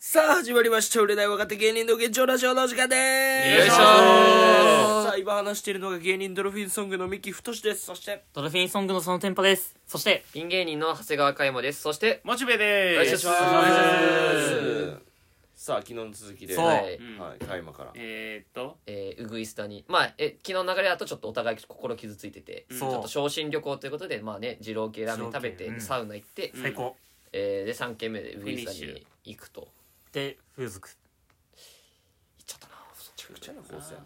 さあ始まりました売れない若手芸人の現状ラジオのお時間でーすよいしょーさあ今話しているのが芸人ドルフィンソングの三木太ですそしてドルフィンソングのそのテンパです。そして、ピン芸人の長谷川嘉山ですそしてモチベですお願いしお願いしまさあ昨日の続きでそうはいうんはい開幕からえーっとえー、ウグイスタにまあえ昨日の流れだとちょっとお互い心傷ついてて、うんちょっそとう、昇進旅行ということでまあね二郎系ラーメン食べて、二郎系うんサウナ行って、ん最高。えーで3軒目でウグイスタフィニッに行くと行っで、風俗。ちゃったなめちゃくちゃなコースやな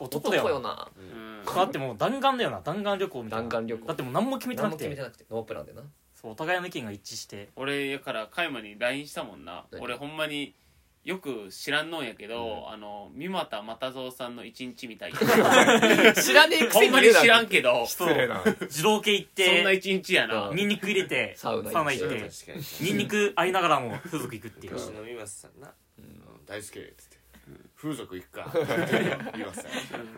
男だよな。なうんだってもう弾丸だよな。弾丸旅行みたいな。弾丸旅行だってもう何も決めてな何くも決めて。てなくてノープランでな そう、お互いの意見が一致して。俺だから嘉山に LINE したもんな何俺ほんまによく知らんのんやけど、あの三股又蔵さんの一日みたいな知らねえくほせんにまに知らんけどそ失礼な。自動系行っんなて、一日やなうニンニク入れて、サウナ行って行確かっにて、確かにニンニクありながらも風俗行くっていう。吉野美松さんなうん大好きっつって風俗行くか美松さん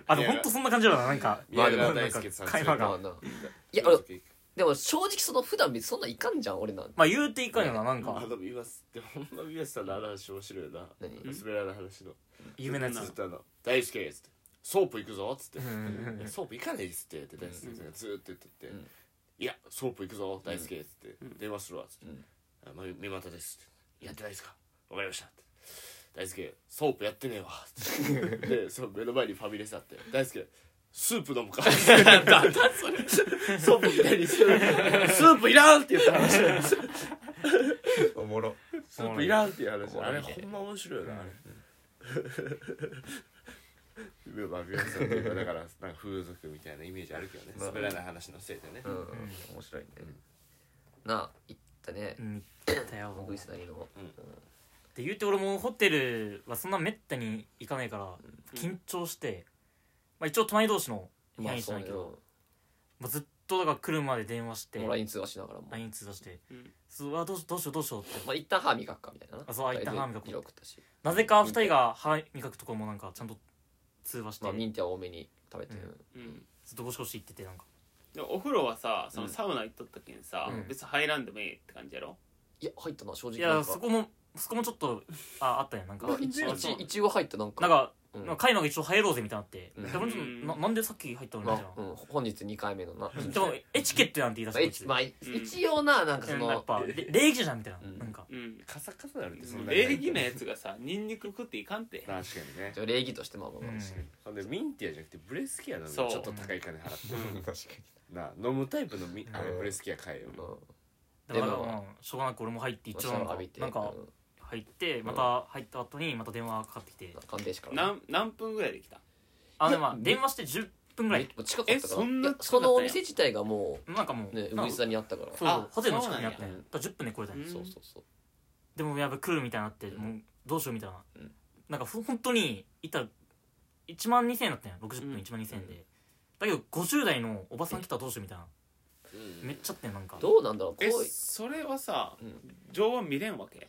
あ、でもほんとそんな感じだな。なんか、まあでなもんか大輔さん会話まあが。ないいや俺でも正直その普段別にそんないかんじゃん俺なんてまあ言うていかんよな。なんあか、の美松ってほんま美松さんのあの話面白いよな何滑らない話の有名なやずっつ。とあの「大好き」っつって「ソープ行くぞ」っつってうんうんいやソープ行かないですって」って大輔さんがずーっと言ってってうん「いやソープ行くぞ大輔」っつって「電話するわ」っつってうん「あま目またです」って「やってないですかわかりました」って「大輔ソープやってねえわ」っつってでその目の前にファミレスあって「大輔スープ飲むか」なんだそれソープみたいにしてるスープいらんって言った話おもろスープいらんっていう話おあもろれいねほんま面白いよなあれでも皆さんというかだからなんか風俗みたいなイメージあるけどねまあ滑らない話のせいでねうん面白いねなあ行ったねうん行ったよ。ウグイスタにのって言うて俺もホテルはそんなめったに行かないから緊張して、まあ、一応隣同士の部屋にしたんだけど、まあ、ずっとだから来るまで電話してライン通話しながらも LINE 通話してうん「そうあどうしどうしようどうしよう」ってまあ一旦歯磨くかみたいななあそう一旦歯磨く色食ったしなぜか二人が歯磨くとこもなんかちゃんと通話してまあミずンテは多めに食べてうんうんっとゴシゴシ行っててなんかでもお風呂はさそのサウナ行っとったけんさ、うん別に入らんでもええって感じやろいや入ったな正直いなやんかそこもそこもちょっとああったやんなんかまあなん一あ一そう一応入ったなんかかうんなんか海馬が一応入ろうぜみたいになって、うんで俺ちょっとななんでさっき入ったのまみたいあうん本日二回目のなな、でもエチケットやんって言いまあ出一してまあ一応ななんかそうんやっのぱれ礼儀じゃんみたいな、うんなんかうんカサカサなるってそんな礼儀のやつがさニンニク食っていかんて確かにね一応礼儀としてまあまあまあうんほんでミンティアじゃなくてブレスキアなのにちそょうっと高い金払って確かな飲むタイプのミうんあのブレスキア買えようんでもでなもんか、うんしょうがなく俺も入って一応なんまあか浴びてなんかうん入ってまた入った後にまた電話がかかってきて鑑定士からなん何分ぐらいできたあでもまあ電話して10分ぐらめいっ近かったえからそんいなや近かそったんやのお店自体がもなんかもううねウなんかグイスタにあったからそうそうあホテルの近くにあっそうたなんねだやから10分で来れたんうでんそうそうそうでもやべ来るみたいになってもうどうしようみたいなうんなんかふ本当に行ったら1万2000円だったんや60分うん1万2000円でだけど50代のおばさん来たらどうしようみたいなうんめっちゃあってんなんかどうなんだろうこうえいそれはさ、うん上は見れんわけ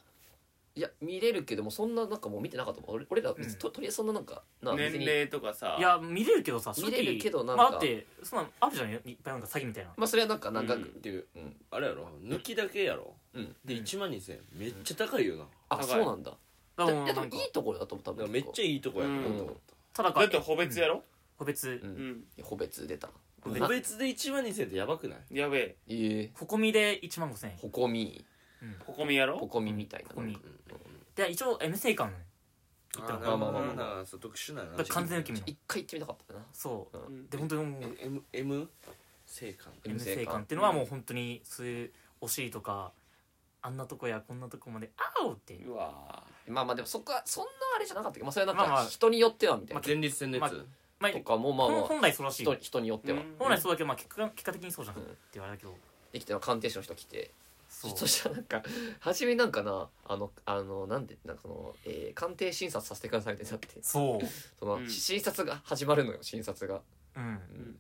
いや見れるけどもそんななんかもう見てなかったもん俺俺ら別にととりあえずそんななんかな別年に齢とかさいや見れるけどさ正見れるけど直なんまかあだってそんなのあるじゃんいっぱいなんか詐欺みたいなまあそれはなんかん長くっていううんあれやろ抜きだけやろうんで1万2000円めっちゃ高いよなあ高いそうなんだだからもういやでなもんかいいところだと思う多だから分めっちゃいいとこやなと思ったただかだって個別やろ、個別ううんん、個別出たうん個別で1万2000ってやばくないやべえええここみで1万5000円ほこみここ見やろほこみみたいなほこみうんで一応 M 生館のあまあまあまあまあまあそう特殊なだから完全受け身の一回行ってみたかったなそうううんで本当にもう M M 生還 M 生館館っていうのはもう本当にそういうお尻とかあんなとこやこんなとこまで「あお!」ってうわまあまあでもそこはそんなあれじゃなかったけどまあそれはなんまあかまあ人によってはみたいな前立腺のやつまあとかもまあ本まあ本来そうらしい人人によってはうん本来そうだけどまあ結果結果的にそうじゃんうっんて言われたけどできて鑑定士の人来てそうそしたらなんか初めなんかなあのあのなんでなんかその、えー鑑定診察させてくださいってなってそうその、うん診察が始まるのよ診察が、ううんん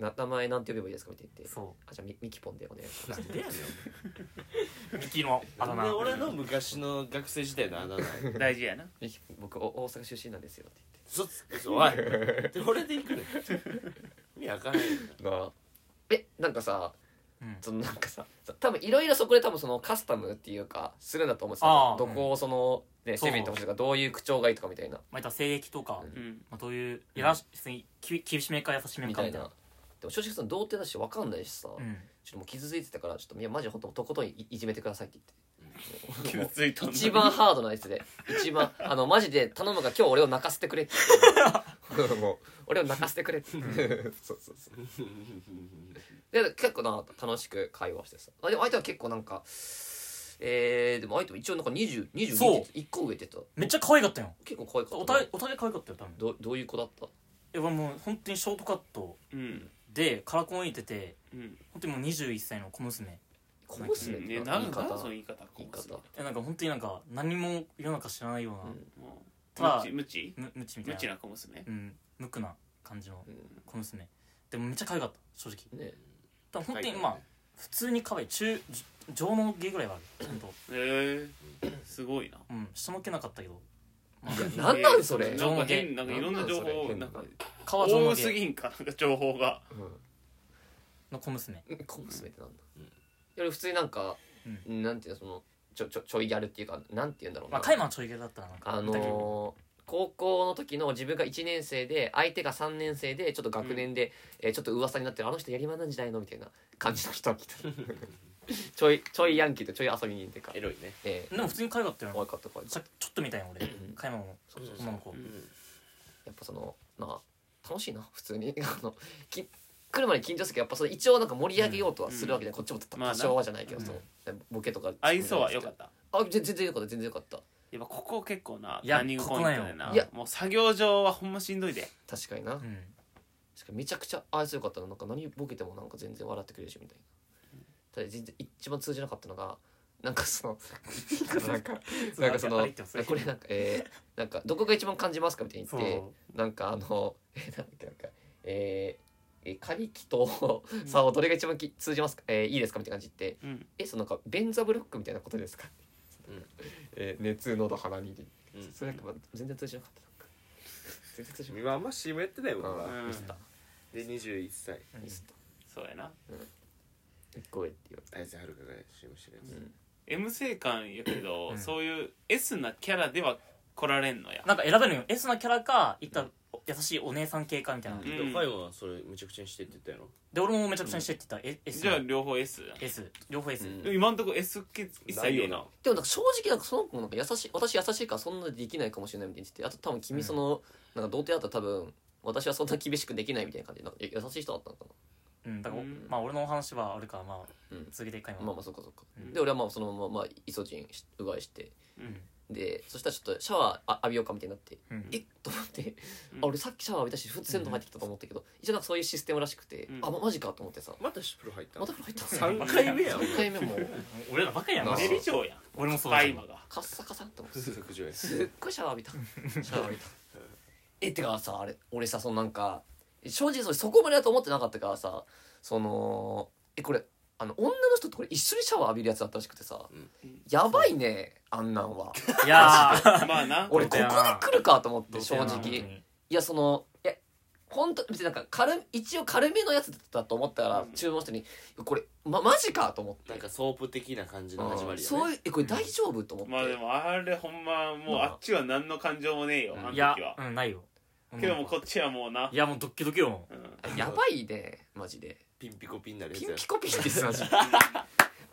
な名前なんて呼べばいいですかみたいな言ってそあじゃあミミキポンでお願いしうまなすんでやねんミキのあだで名俺の昔の学生時代のあだ名ー大事やなミキ僕お大阪出身なんですよってそそおいで俺で行くねん意味わからへんよ言ってなあえなんかさうんそのなんかささ多分いろいろそこで多分そのカスタムっていうかするんだと思うんですあよあどこをその、ね、そう攻めてほしいとかどういう口調がいいとかみたいなまあ、いったら西暦とか、うんうんまあ、どういうやらし、別にき厳しめか優しめみかたみいたいなな。でも正直その童貞だし分かんないしさ、うちょん、っともう傷ついてたからちょっといやマジ本当とことんいいじめてくださいって言っても傷うついたんだ一番ハードなやつで一番あのマジで頼むから今日俺を泣かせてくれっても俺を泣かせてくれってうそうそうそうで結構な楽しく会話してさあでも相手は結構なんかえー、でも相手も一応なんか2022そうって1個上って言ってめっちゃ可愛かったよた結構可愛かおったな互いお互い可愛かったよ多分どどういう子だったいやもう本当にショートカットうんでカラコンいててうん本当にもう21歳の小娘小娘ってねなんかなん言いか方その言い方言い方えなんか本当になんか何も世の中知らないような、うんただ無知む無知みた無いな知な子娘うん無垢な感じの小娘、でもめっちゃ可愛かった正直ね多分本当にはいまあ普通に可愛い中じ上の芸ぐらいはあるちゃんと、へえすごいなうん、下向けなかったけどいや何なんそえれーなんか変なんかいろんな情なんなんそ報れなんか川上多のす芸ぎんかなんか情報がの小娘うん小娘ってなんだ、いや俺普通になんか、うなんていうのそのちょちょちょいギャルっていうかなんて言うんだろうまあな、カイマンちょい芸だったらなんかあのー高校の時の自分が1年生で相手が3年生でちょっと学年で、えーちょっと噂になってるあの人やりまなんじゃないのみたいな感じの人が来た ちょいちょいヤンキーとちょい遊び人っていうかエロいねええでも普通に可愛かったよ可愛かった可愛かったちょちょっと見たいよ俺んカイマンも女の子やっぱそのまあ楽しいな普通に あのき来る前に緊張するけどやっぱその一応なんか盛り上げようとはするわけで、こっちもたまあな多少はじゃないけど、うんそのボケとか愛想は良かったたあぜ全然良かった全然良かったやっぱここ結構ないやターニングポイントこだこなんよよないやもう作業上はほんましんどいで確かにな、うん確かにめちゃくちゃ愛想良かったのなんか何ボケてもなんか全然笑ってくれるしみたいなただ全然一番通じなかったのがなんかその なんかなんかそのあれってますこれなんかえー、なんかどこが一番感じますかみたいにそ言うってなんかあのえーなんかなんかえーえー、カリキとさをどれが一番き通じますか、えー、いいですかみたいな感じで言っうてん「えそのなんかベンザブロックみたいなことですかうん えー熱喉鼻にでうんそれなんかまあ全然通じなかったなんか全然通じなかっ今あんま CM やってないもんうなうんで21歳たミスったそうやな一個上って言われ綾瀬はるかが CM してるやて、うん、 M 性感やけど、うんそういう S なキャラでは来られんのやなんか選べるよ S なキャラかいったら優しいお姉さん系かみたいな、つうんでも海はそれむちゃくちゃにしてって言ったやろで俺もめちゃくちゃにしてって言ったら、え S じゃあ両方 S や S 両方 S、うんでも今んとこ S 系一切ねえなでもなんか正直なんかその子もなんか優しい私優しいからそんなできないかもしれないみたいに言っててあと多分君その、なんか童貞だったら多分私はそんな厳しくできないみたいな感じでなんか優しい人だったのかうん、だから、うんまあ俺のお話はあるからまあ、うん続けていくかなまあまあそっかそっか、うんで俺はまあそのまま、まあ、イソジンしうがいしてうんでそしたらちょっとシャワーあ浴びようかみたいになって、うんえっ と思って、うんあ俺さっきシャワー浴びたし普通銭湯入ってきたと思ったけど、一応なんかそういうシステムらしくて、うんあまマジかと思ってさまたプロ入ったまた風呂入った三回目やん3回目も俺らバカやんなあマデジリでジョーやん俺もそうだタけイどマがカッサカサって思って風俗上やすっごいシャワー浴びたシャワー浴びたえってかさあれ俺さそのなんか正直それそこまでだと思ってなかったからさそのえこれあの女の人とこれ一緒にシャワー浴びるやつだったらしくてさ、うんやばいねあんなんはいや ーまあな俺どこうだこでよな来るかと思って正どうせな直いやそのいや本当別になんか軽一応軽めのやつだと思ったからうん注文したのにこれ、ま、マジかと思ってなんかソープ的な感じの始まうんりやそういねうえこれ大丈夫と思って、まあでもあれほんまもうまああっちは何の感情もねえようあんのい時やはうんないよけどもこっちはもうないやもうドッキドキよもうんやばいねマジでピンピコピンになるやつピやンろピコピンですマジ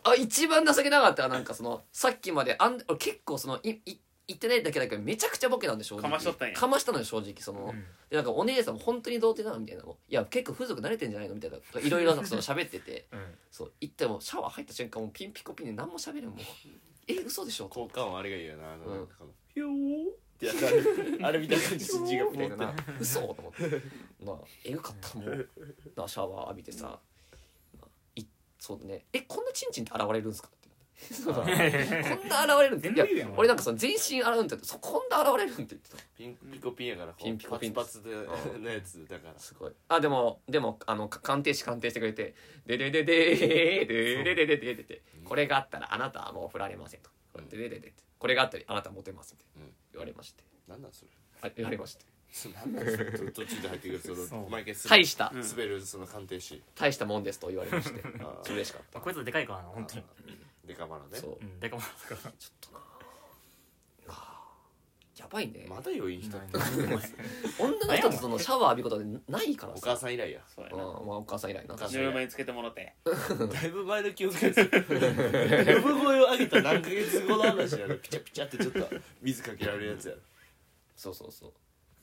あ一番情けなかったなんかそのさっきまであん俺結構そのいい言ってないだけだけどめちゃくちゃボケなんで正直かましとったんやかましたのよ正直その、う、うんでなんかお姉さんも本当に童貞なのみたいなのいや結構風俗慣れてんじゃないのみたいないろいろなんかその喋っててうん、そう行ってもシャワー入った瞬間もうピンピコピンで何も喋れんもうえ嘘でしょと効果音あれがいいよなあのうんなんかこのピョーってやつあるあれみたいな感じ新人がみみたたいないななな嘘と思ってなあえぐかったもうなあシャワー浴びてさなあいそうだねえこんなチンチンって現れるんですかってそうだこんな現れるんで全すい部や言うやん俺なんかその全身洗うんだってそこんな現れるんって言ってたピンピコピンやからこうピンピコピンパツパツでうんのやつだからすごいあでもでもあのか鑑定士鑑定してくれて「でででででででででででこれがあったらあなたはもう振られません」と「うんでででででこれがあったらあなたはモテます」みたいなうん言われましてなんなんそれあ言われましてそうなんなんですか途中で入ってくるそのそう毎回滑大したうん滑るその鑑定士大したもんですと言われましてあー嬉しかったあこいつでかいからな本当にデカマラねそううんでかもだかちょっとなあーやばいね、まだよいい人ってらない女の人とそのシャワー浴びることでないからおさ母さん以来 やそうやうんなまあお母さん以来な母さんぬるま湯つけてもろてだいぶ前の記憶です呼ぶ声を上げた何ヶ月後の話やろピチャピチャってちょっと水かけられるやつやろそうそうそ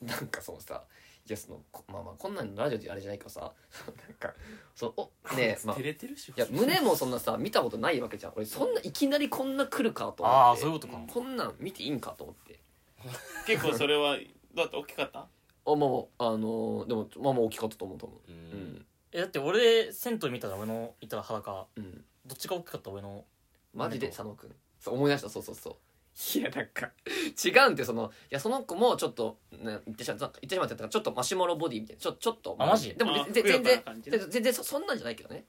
うなんかそのさいやそのこまあまあこんなんラジオであれじゃないけどさ なんかそのおねえ、まあ、照いれてるしや胸もそんなさ見たことないわけじゃん俺そんないきなりこんな来るかと思ってああそういうことかこんなん見ていいんかと思って結構それは だって大きかったあまあまああのーでもまあまあ大きかったと思うと思うううんん えだって俺銭湯見たら俺のいた裸うんどっちが大きかった俺のマジで佐野くんそう思い出したそうそうそういやなんか違うんってそのいやその子もちょっと、ね、言ってしまったなんか言ってしまったっていうかちょっとマシュマロボディみたいなちょちょっとあマジでもあぜふくよ全然かな感じね全然そそんなんじゃないけどね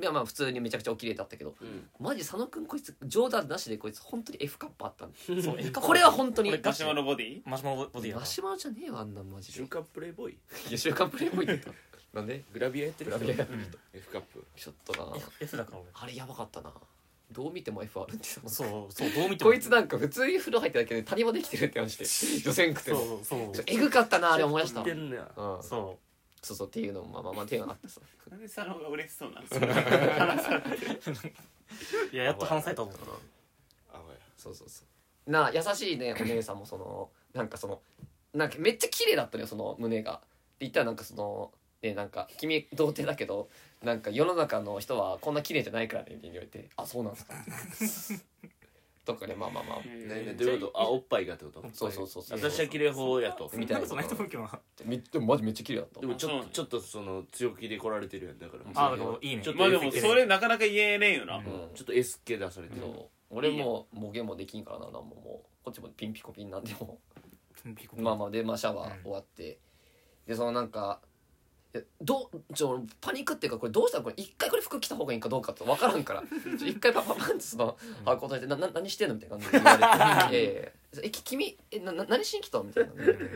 いやまあ普通にめちゃくちゃお綺麗だったけどうんマジ佐野くんこいつ冗談なしでこいつ本当に F カップあったんでそうえこれは本当にこれガママシシュマロボディマシュマロボディだなュマロじゃねえわあんなんマジで瞬間プレイボーイいや 週刊プレイボーイって言っなんでグラビアやってるグラビアやうん F カップたちょっとな F- F だから俺あれやばかったなどう見ても F あるってさそうそうどう見てもこいつなんか普通に風呂入っただけで谷間できてるって話して予選くてそもうそうちょえぐかったなあれ思い出した知ってんねやうそんそうそうっていうのもまあまあまあ手があってさなんで佐野が嬉しそうなんですういややっと話されたと思ったあほやそうそうそうなあ優し いねお姉さんもそのなんかそのなんかめっちゃ綺麗だったのよその胸がって言ったらなんかそのねなんか君童貞だけどなんか世の中の人はこんな綺麗じゃないからねみたいに言われてあそうなん ですかとかねまあまあまあねねどういうことあおっぱいがってことそうそうそうそう私は綺麗法やとみたいなそんなことないと思うけどめでもマジめっちゃ綺麗だったでもちょあそうっなんとやちょっとその強気で来られてるやんだからなあだからいいねちょっとまあでもそれなかなか言えねえよな、うんうんちょっと S 系出されてるそう俺ももうゲもできんからななんももうこっちもピンピコピンなんでもままあまあで、まあ、シャワー終わって、でそのなんかいやどうちょ俺パニックっていうかこれどうしたらこれ一回これ服着た方がいいかどうかって分からん からちょ一回パパパンってそのうん箱閉じて「なな何してんの?」みたいな感じで言われて「いやいやいや えき君えなな何しに来たの?」みたいな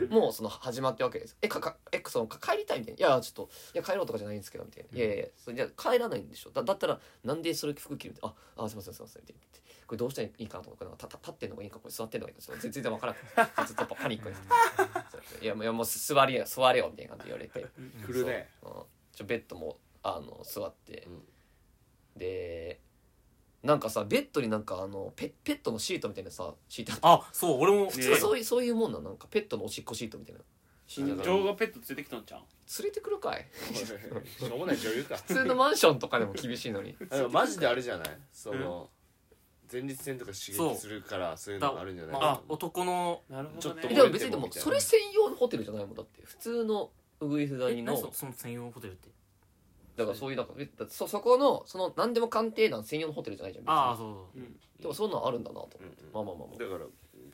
もうその始まってるわけです「えかかえそのか帰りたい?」みたいな「いやちょっといや帰ろうとかじゃないんですけど」みたいな「いやいやいやそれじゃあ帰らないんでしょだだったらなんでそれ服着る?」って「ああすいませんすいません」って言ってこれどうしたらいいかなと思うからたた立ってんのがいいかこれ座ってんのがいいかちょっと全全然分からなくてずっとパニックです「いやもういやもうす座りや座れよ」みたいな感じで言われて。来るねそう、うん、ちょベッドもあの座って、うんでなんかさベッドになんかあのペペットのシートみたいなさシートあってあそう俺も普ね通そういうそういうもんなんなんかペットのおしっこシートみたいなシート情がペット連れてきとんちゃう連れてくるかい しょうもない女優か普通のマンションとかでも厳しいのにあでもマジであれじゃないその前立腺とか刺激するからそういうのがあるんじゃないまあ男のなるほどねえでどこもに別にでもでもそれ専用のホテルじゃないもんだって普通のウグイフえ谷の何そのその専用ホテルってだからそういうなんかだってそそこのその何でも鑑定団専用のホテルじゃないじゃん別にああそうでもそういうのあるんだなと思って、うんうんまあまあまあまあだから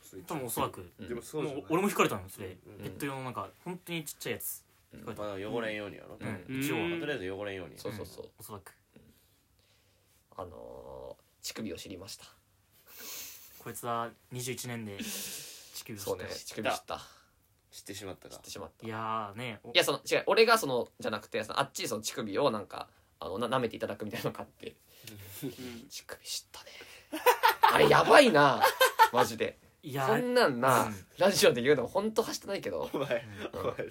そういう多分おそらくうんでもそうもじゃないう俺も引かれたのよそれうんペット用のなんか本当にちっちゃいやつ引かれたまあ汚れんようにやろうんうん一応はうんとりあえず汚れんようにそうそうそう、おそらくあのー乳首を知りましたこいつは21年で地球を知そうったねらし乳首知った知ってしまった知かってしまったいいややーねおその違う俺がそのじゃなくてそのあっちにその乳首をなんかあのな舐めていただくみたいなのがあって乳首知ったねあれやばいなマジでいやそんなんな、うんラジオで言うのも本当はしてないけどお前お前さ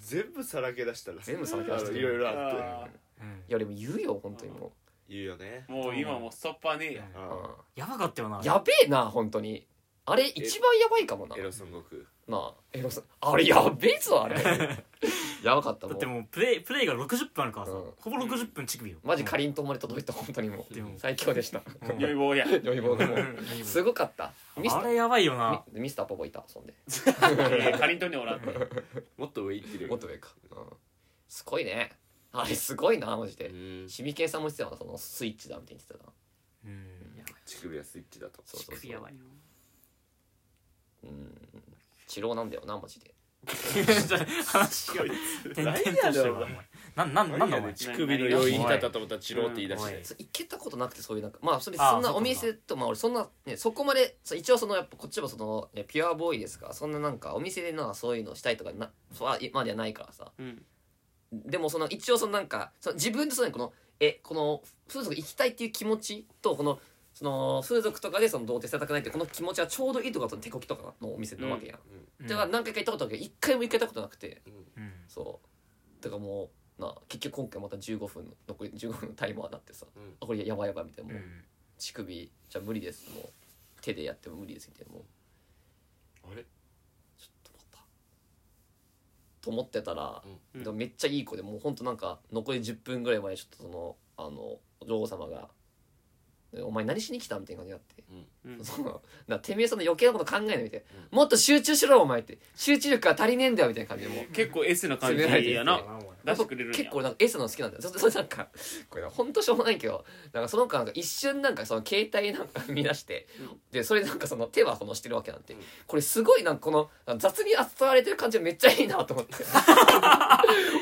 全部さらけ出したら全部さらけ出してるあのいろいろあっあてうんいやでも言うよ本当にも言うよねーもう今もうストッパーねえやう、あやばかったよなうんやべえな本当にあれ一番やばいかもなエロ孫悟空なあエロさあれやべえぞあれ やばかっただもってうもうプレイプレイが60分あるからさうんほぼ60分乳首よマジかりりんとうまで届いた本当にもうでも最強でしたうん酔い棒や余裕がもうすごかったミスタあれやばいよなーミミスターポポいたそんでえーかりんとうにおらんてもっと上行ってるもっと上か、うん、すごいねあれすごいなマジで、うんシミケンさんも言ってたわそのスイッチだみたいに言ってたなうん乳首はスイッチだとそうそうそう乳首やばいうん治療なんだよなマジで話がこいつ点々としてるわ何やねんお前お前なんなんなんだお何やね前ん乳首の余韻に立ったと思ったらチローって言い出しおていそう行けたことなくてそういうなんかまあそれあーそんなそっかおそ店とまあ俺そんなねそこまでそう一応そのやっぱこっちもそのねピュアボーイですからそんななんかお店でなそういうのしたいとかなそうはまではないからさうんでもその一応そのなんかその自分でそのこのえこの風俗行きたいっていう気持ちとこのその風俗とかでその童貞されたくないっていうこの気持ちはちょうどいいとかその手こきとかのお店なわけやん、うんだから何回か行ったことあるけど一回も行けたことなくてうんそうだからもうな結局今回また15分の残り15分のタイマーになってさ、うんあこれやばいやばいみたいうなもうん乳首じゃ無理ですもう手でやっても無理ですみたいなもうあちょれっと待ったと思ってたら、うんでもめっちゃいい子でもうほんとなんか残り10分ぐらい前にちょっとそのあの女王様が「お前何しに来た?」みたいな感じになって。うんそのなてめえその余計なこと考えないみたいな、もっと集中しろお前って集中力が足りねえんだよみたいな感じでもう結構 S な感じ攻められてるやあな出してくれるんや結構なんか S の好きなんだよそ それなんかこれだほんとしょうもないけどなんかその子なんか一瞬なんかその携帯なんか見出して、うんでそれなんかその手はこのしてるわけなんて、うんこれすごいなんかこの雑に扱われてる感じがめっちゃいいなと思って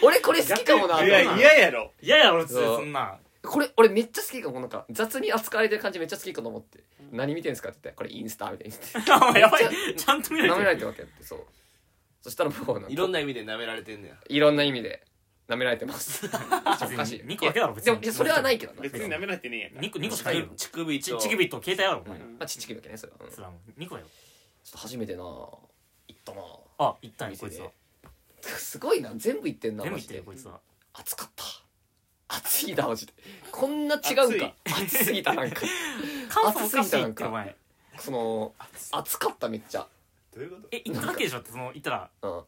俺これ好きかもなと思っいてや嫌やろいやいや俺普通そうそんな これ俺めっちゃ好きかもなんか雑に扱われてる感じめっちゃ好きかと思って、何見てんすかって言ったらこれインスタみたいに言っお前やばいめっちゃんと見てない舐とめられてるわけやってそうそしたらもうなんかいろんな意味で舐められてんねやいろんな意味で舐められてますおかしい2個だけだろ別でにもいやそれはないけどな別に舐められてねえやから2個二個しかないよ乳首ちとちぎびと携帯やろおう前んまあ、ちっちゃいわけね、それは。うんちょそれはもう2個だよっと初めてな行ったなあ行ったんやこ店いつはで。すごいな、全部行ってんな、全部マ行っジてるよでこ。いつは暑かった。暑いな、マジで。こんな違うんか。暑すぎた、な んか。感想おかしいなっんておか。前その、暑かった、めっちゃ。どういうことえ行っただけでしょってその行ったらうん。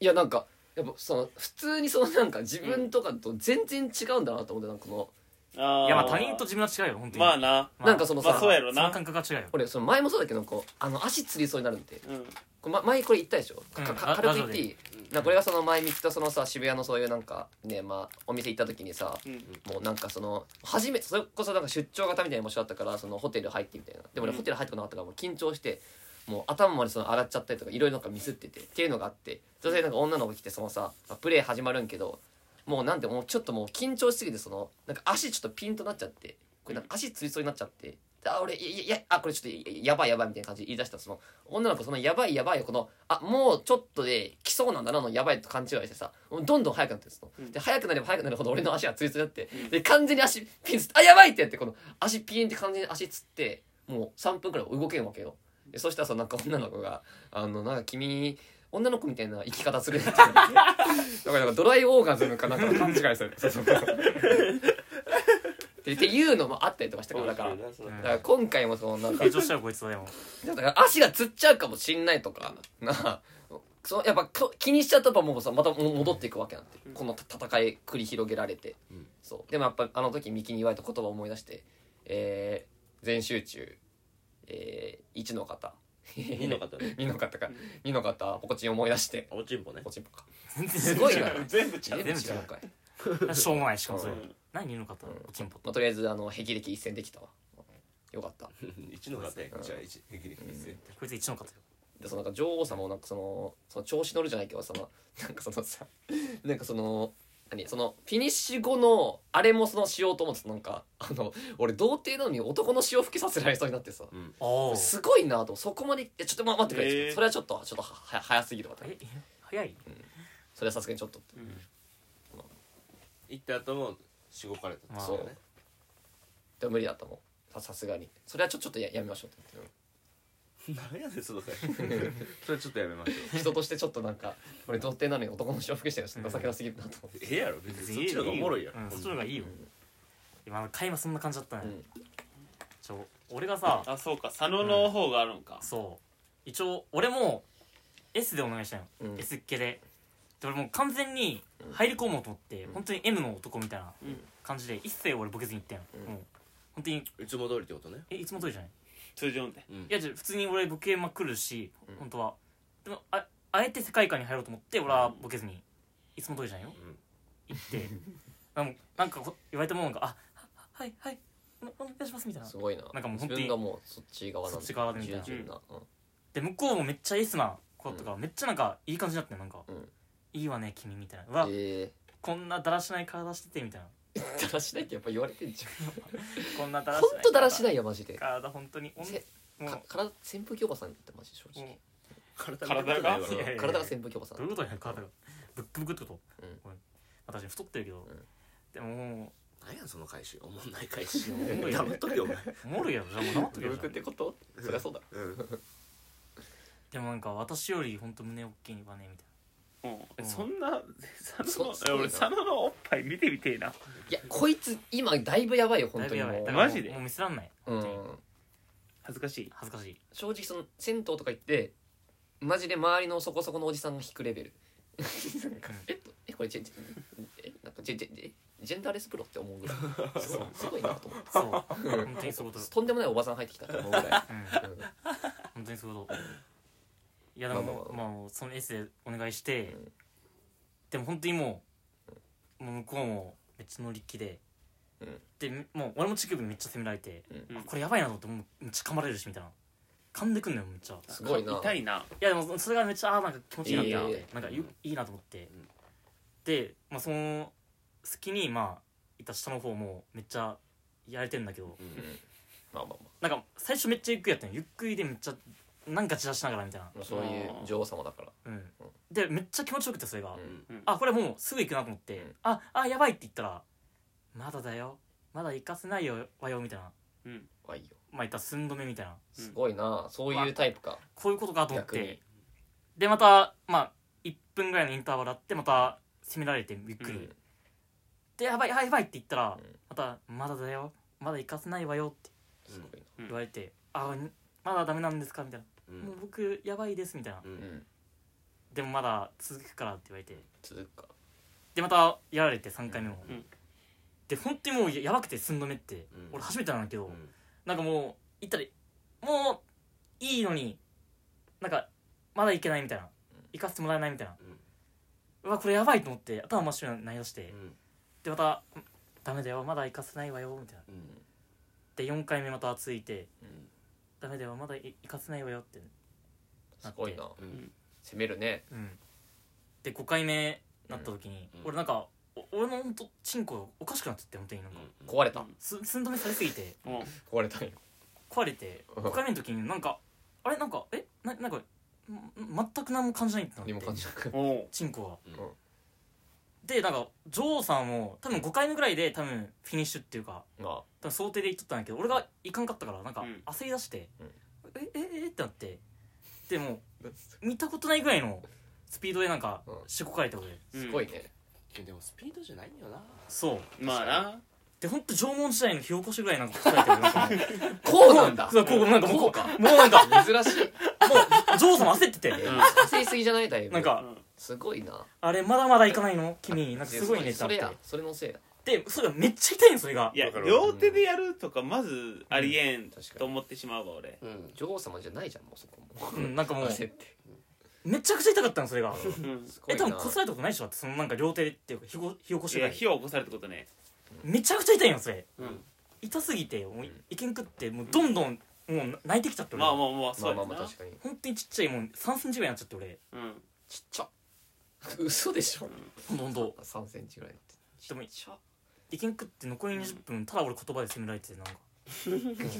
いや、なんか、やっぱその、普通にその、なんか、自分とかと全然違うんだなと思って、なんかこの、あーいやまあ他人と自分は違うよ本当にまあなまあなんかそのまあそうさ、やろそのな感覚が違うよ俺、その前もそうだけど、こう、あの、足つりそうになるんで。うんこれま前これ言ったでしょ、かうんかあ軽くラジ言オっでていい、なんか俺がその前見たそのさ渋谷のそういうなんかねまあお店行った時にさうんもうなんかその初めそれこそなんか出張型みたいな場所だったからそのホテル入ってみたいなでも俺うんホテル入ってこなかったからもう緊張してもう頭までその洗っちゃったりとかいろいろなんかミスっててっていうのがあって女性なんか女の子来てそのさまあプレイ始まるんけどもうなんてもうちょっともう緊張しすぎてそのなんか足ちょっとピンとなっちゃってこれなんか足つりそうになっちゃってであ俺いやいやあこれちょっとややばいやばいみたいな感じで言い出したらその女の子そのやばいやばいをこのあもうちょっとで来そうなんだなのやばいと勘違いしてさどんどん速くなってるんですようんで速くなれば速くなるほど俺の足がつりつりになってで完全に足ピンつってあやばいってやってこの足ピンって完全に足つってもう3分くらい動けんわけよでそしたらそのなんか女の子が「あのなんか君女の子みたいな生き方するね」って言われてだからなんかドライオーガズムかなんかの勘違いされてそうそうってっていうのもあったりとかしたからだからだから今回もそのなんか成長したよこいつはでもだから足がつっちゃうかもしんないとかなあそのやっぱこ気にしちゃうとやっぱもうさまたも戻っていくわけなんて、このた戦い繰り広げられて、うんそうでもやっぱあの時ミキに言われた言葉を思い出して「えー、全集中、えー、1の方」い いのかとね2の方か2の方ポコチン思い出しておちんぽねポチンポか全然すごいな 全部ちゃ全う部違うか い、しょうもないしかもそれうん何言うのかとおちんぽまあ、とりあえずあの霹靂一戦できたわよかった一の方やじゃあ一平均でいいですねこいつ一のかとでそのなんか女王様もなんかそのその調子乗るじゃないけどその なんかそのさなんかその何そのフィニッシュ後のあれもそのしようと思ってたなんかあの俺童貞なのに男の潮吹きさせられそうになってさおおすごいなとそこまでいってちょっとま待ってくれ、へーそれはちょっとちょっとはは早すぎるわえ早いそれはさすがにちょっとって行った後もしごかれたまあそうでも無理だったもんささすがにそれはちょちょっとややめましょうって言って何やねんその会それちょっとやめましょう人としてちょっとなんか俺童貞なのに男の潮吹きしてるの情けなすぎるなと思って、ええやろ別にそっちよの方がおもろいやうろんそっちの方がいいよ今会話そんな感じだったねうんちょ俺がさあそうか佐野の方があるんかそう一応俺も S でお願いしたよ、うん S 系でで俺もう完全に入り込もうと思って、本当に M の男みたいなうん感じで一切俺ボケずに行ったよ、うんもう本当にいつも通りってことねえいつも通りじゃない通常運転うんいやじゃあ普通に俺ボケまくるし、うん本当はでもああえて世界観に入ろうと思って俺はボケずにいつも通りじゃないようん行ってあもうなんかこ言われたものがあははいはいおお願いしますみたいなすごいななんかもう自本当に分がもうそっち側なんだそっち側みたいな従順な、うんで向こうもめっちゃエスな子だったから、めっちゃなんかいい感じだったよなんか、うんいいわね君みたいなうわえこんなだらしない体しててみたいなだらしないってやっぱ言われてんじこんなだゃらんしほないんとだらしないいよマジで体本当におんせもかう体扇風機おばさんってマジ正直、も体体が ういやいやいや体が扇風機おばさんどういうことやねん体がブックブクってこと、うんごめん私太ってるけど、うんでもも何やその返しおもんない返しもろい黙っとけよお前うおもろいやろじゃあもう黙っとけよじゃあことそりゃそうだでもなんか私より本当胸大きいわねみたいうんそんな佐野のそそうだ俺佐野のおっぱい見てみてえないやこいつ今だいぶやばいよな本当にだいぶやばもいうだからもうマジでもう見せらんないうん本当に恥ずかしい恥ずかしい正直その銭湯とか行ってマジで周りのそこそこのおじさんが引くレベルなんか えっとえこれジェジェえなんかジェジェジェジェンダーレスプロって思う ぐらいすごいなと思っ そう本当にそういうことてとんでもないおばさん入ってきたと思うぐらうんい、うん本当にそういうこといやでも、ままあまああそのエスでお願いして、うんでも本当にもうもう向こうもめっちゃ乗り気で、うんでもう俺も乳首めっちゃ責められて、うんあこれやばいなと思ってもうめっちゃ噛まれるしみたいな噛んでくんのよめっちゃいすごいな痛いなやでもそれがめっちゃあーなんか気持ちいいなっていいねなんかゆいいなと思って、んで、まあ、その隙にまあいた下の方もめっちゃやれてんだけど、まあまあまなんか最初めっちゃゆっくりやったのゆっくりでめっちゃなんか散らしながらみたいなあ、もうそういう女王様だからうん、でめっちゃ気持ちよくてそれが、うんあこれもうすぐ行くなと思って、うんああやばいって言ったら「まだだよまだ行かせないよわよ」みたいなうんわいいよまあ言ったら寸止めみたいなすごいなそういうタイプかこういうことかと思っ逆てにでまたまあ1分ぐらいのインターバルあってまた攻められてゆっくり、うんで「やばいあやばい」って言ったら、うんまた「まだだよまだ行かせないわよ」ってすごい言われて「あんまだダメなんですか?」みたいな、うんもう僕やばいです」みたいな、うんなうんでもまだ続くから」って言われて続くかでまたやられて3回目も、うんで本当にもうややばくて寸止めって、うん俺初めてなんだけど、うんなんかもう行ったりもういいのになんかまだ行けないみたいな行かせてもらえないみたいな、うわこれやばいと思って頭真っ白になりだして、うんでまた「んダメだよまだ行かせないわよ」みたいなうんで4回目また続いてうん「ダメだよまだい行かせないわよ」って、すごいなうん攻めるねうん、で5回目なった時に、うん俺なんかお俺のほんとチンコがおかしくなっちゃって本当になんか、壊れたす寸止めされすぎてうん壊れたんよ壊れてうん5回目の時になんかあれなんかえななんかん全く何も感じないってなって何も感じなくおおチンコうんが、でなんか女王さんも多分5回目ぐらいで多分フィニッシュっていうかま多分想定で言っとったんだけど俺がいかんかったからなんかうん焦り出して、うんええええってなってでもう見たことないぐらいのスピードでなんかうんしこかれて俺あすごいねでもスピードじゃないよなそうまあなで本当縄文時代の火起こしぐらいなんかこかれて俺なんかもうこうなんだそうこうなんかもうこうかもうなんか珍しい女王さんも焦ってて稼ぎすぎじゃないだいぶなんかすごいなあれまだまだ行かないの君なんかすごいねってそなっれてやそれのせいだでそれがめっちゃ痛いんそれがいやわかるわ両手でやるとかまずありえん確かにと思ってしまうわ俺うん女王様じゃないじゃんもうそこもうんなんかもう焦ってめちゃくちゃ痛かったのそれがうんすごえい多な分こすられたことないでしょだってそのなんか両手っていうか火こ火起こしいぐらやい火を起こされたことねめちゃくちゃ痛いよそれうん痛すぎてもういいけんくってもうどんどんもう泣いてきちゃって俺まあまあまあまそうあやまあなまあ確かに本当にちっちゃいもう3センチぐらいになっちゃって俺うんちっちゃ嘘でしょほんとほんと3センチぐらいになってでもちっちゃいけんくって残り20分ただ俺言葉で責められてなんか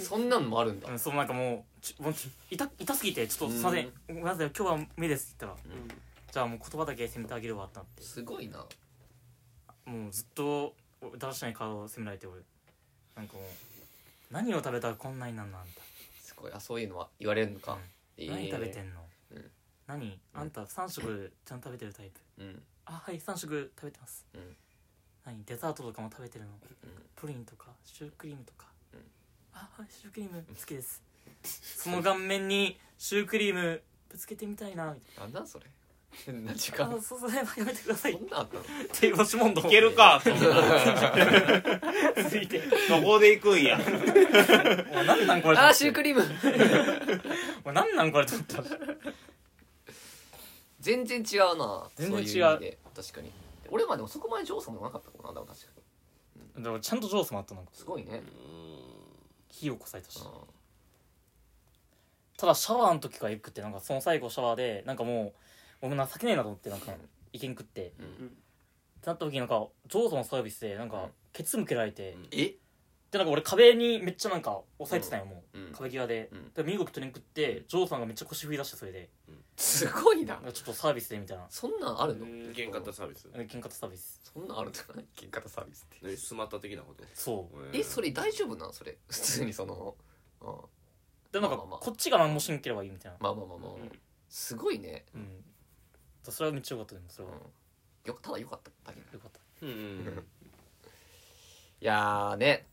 そんなんもあるんだうんそうなんかもうちもう痛痛すぎてちょっとすいませんごめんなさい今日は目ですって言ったらうんじゃあもう言葉だけ責めてあげるわってなってすごいなもうずっと俺だらしない体を責められて俺なんかもう何を食べたらこんなになんなんだすごいあそういうのは言われるのかえー何食べてんの、うん何あんた3食ちゃんと食べてるタイプうんあはい3食食べてます、うん何デザートとかも食べてるの、んプリンとかシュークリームとか、うんあはいシュークリーム好きですその顔面にシュークリームぶつけてみたいなみなんだそれ 変な時たいな間あそうそうやめてくださいっそんなんあったのていう押し問答いけるかそんなついてどこで行くんやお前何なんこれあーシュークリーム お前何なんこれと思った全然違うな全然違うそういう意味で確かに俺はでもそこまで女王様でもなかったかもなでも確かにでもちゃんとジョースもあったなんかすごいね火起こされたしうんただシャワーの時から行くってなんかその最後シャワーでなんかもう俺も情けねえなと思ってなんかうん行けんくって、うんなった時になんか上手のサービスでなんかケツ向けられて、うんえでなんか俺壁にめっちゃなんか押さえてたんよもう、うん壁際で、うんで身動き取りにくってジョーさんがめっちゃ腰振り出してそれですごいななんかちょっとサービスでみたいなそんなんあるのうん喧嘩とサービス喧嘩とサービスそんなんあるんじゃない喧嘩とサービスって何スマッタ的なことそうえそれれ大丈夫なんそれ普通にそのうんでなんかまあまあまあこっちが何もしなければいいみたいな、まあまあまあまあうんすごいねうんだからそれはめっちゃ良かったでもそれは、よただよかっただけい良かったうんうんやーね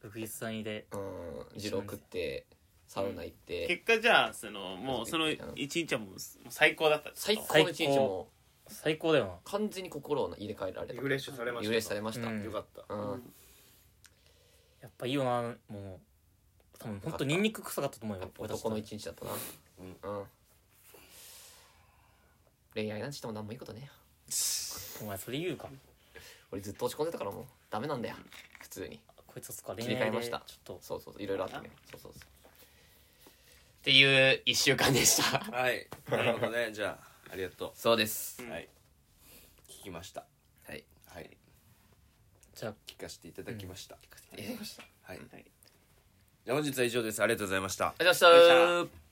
福井さんにでうん二郎食ってサウナ行って結果じゃあそのもうその一日はもう最高だった最高の一日も最高だよ完全に心を入れ替えられリたフレッシュされましたリフレッシュされましたううんんれよかったなやっぱいいよなもう多分本当ニンニク臭かったと思うやっよぱ男の私一日だったなうん恋愛なんてしても何もいいことねえよお前それ言うか俺ずっと落ち込んでたからもうダメなんだよ普通にこいつはそっか切り替えました恋愛でちょっとそうそうそういろいろあってねそうそうそうっていう一週間でしたはいなるほどねじゃあありがとそうですうはい聞きましたはいはいじゃあ聞かせていただきましたありがとうございましたはいはいじゃあ本日は以上ですありがとうございましたありがとうございました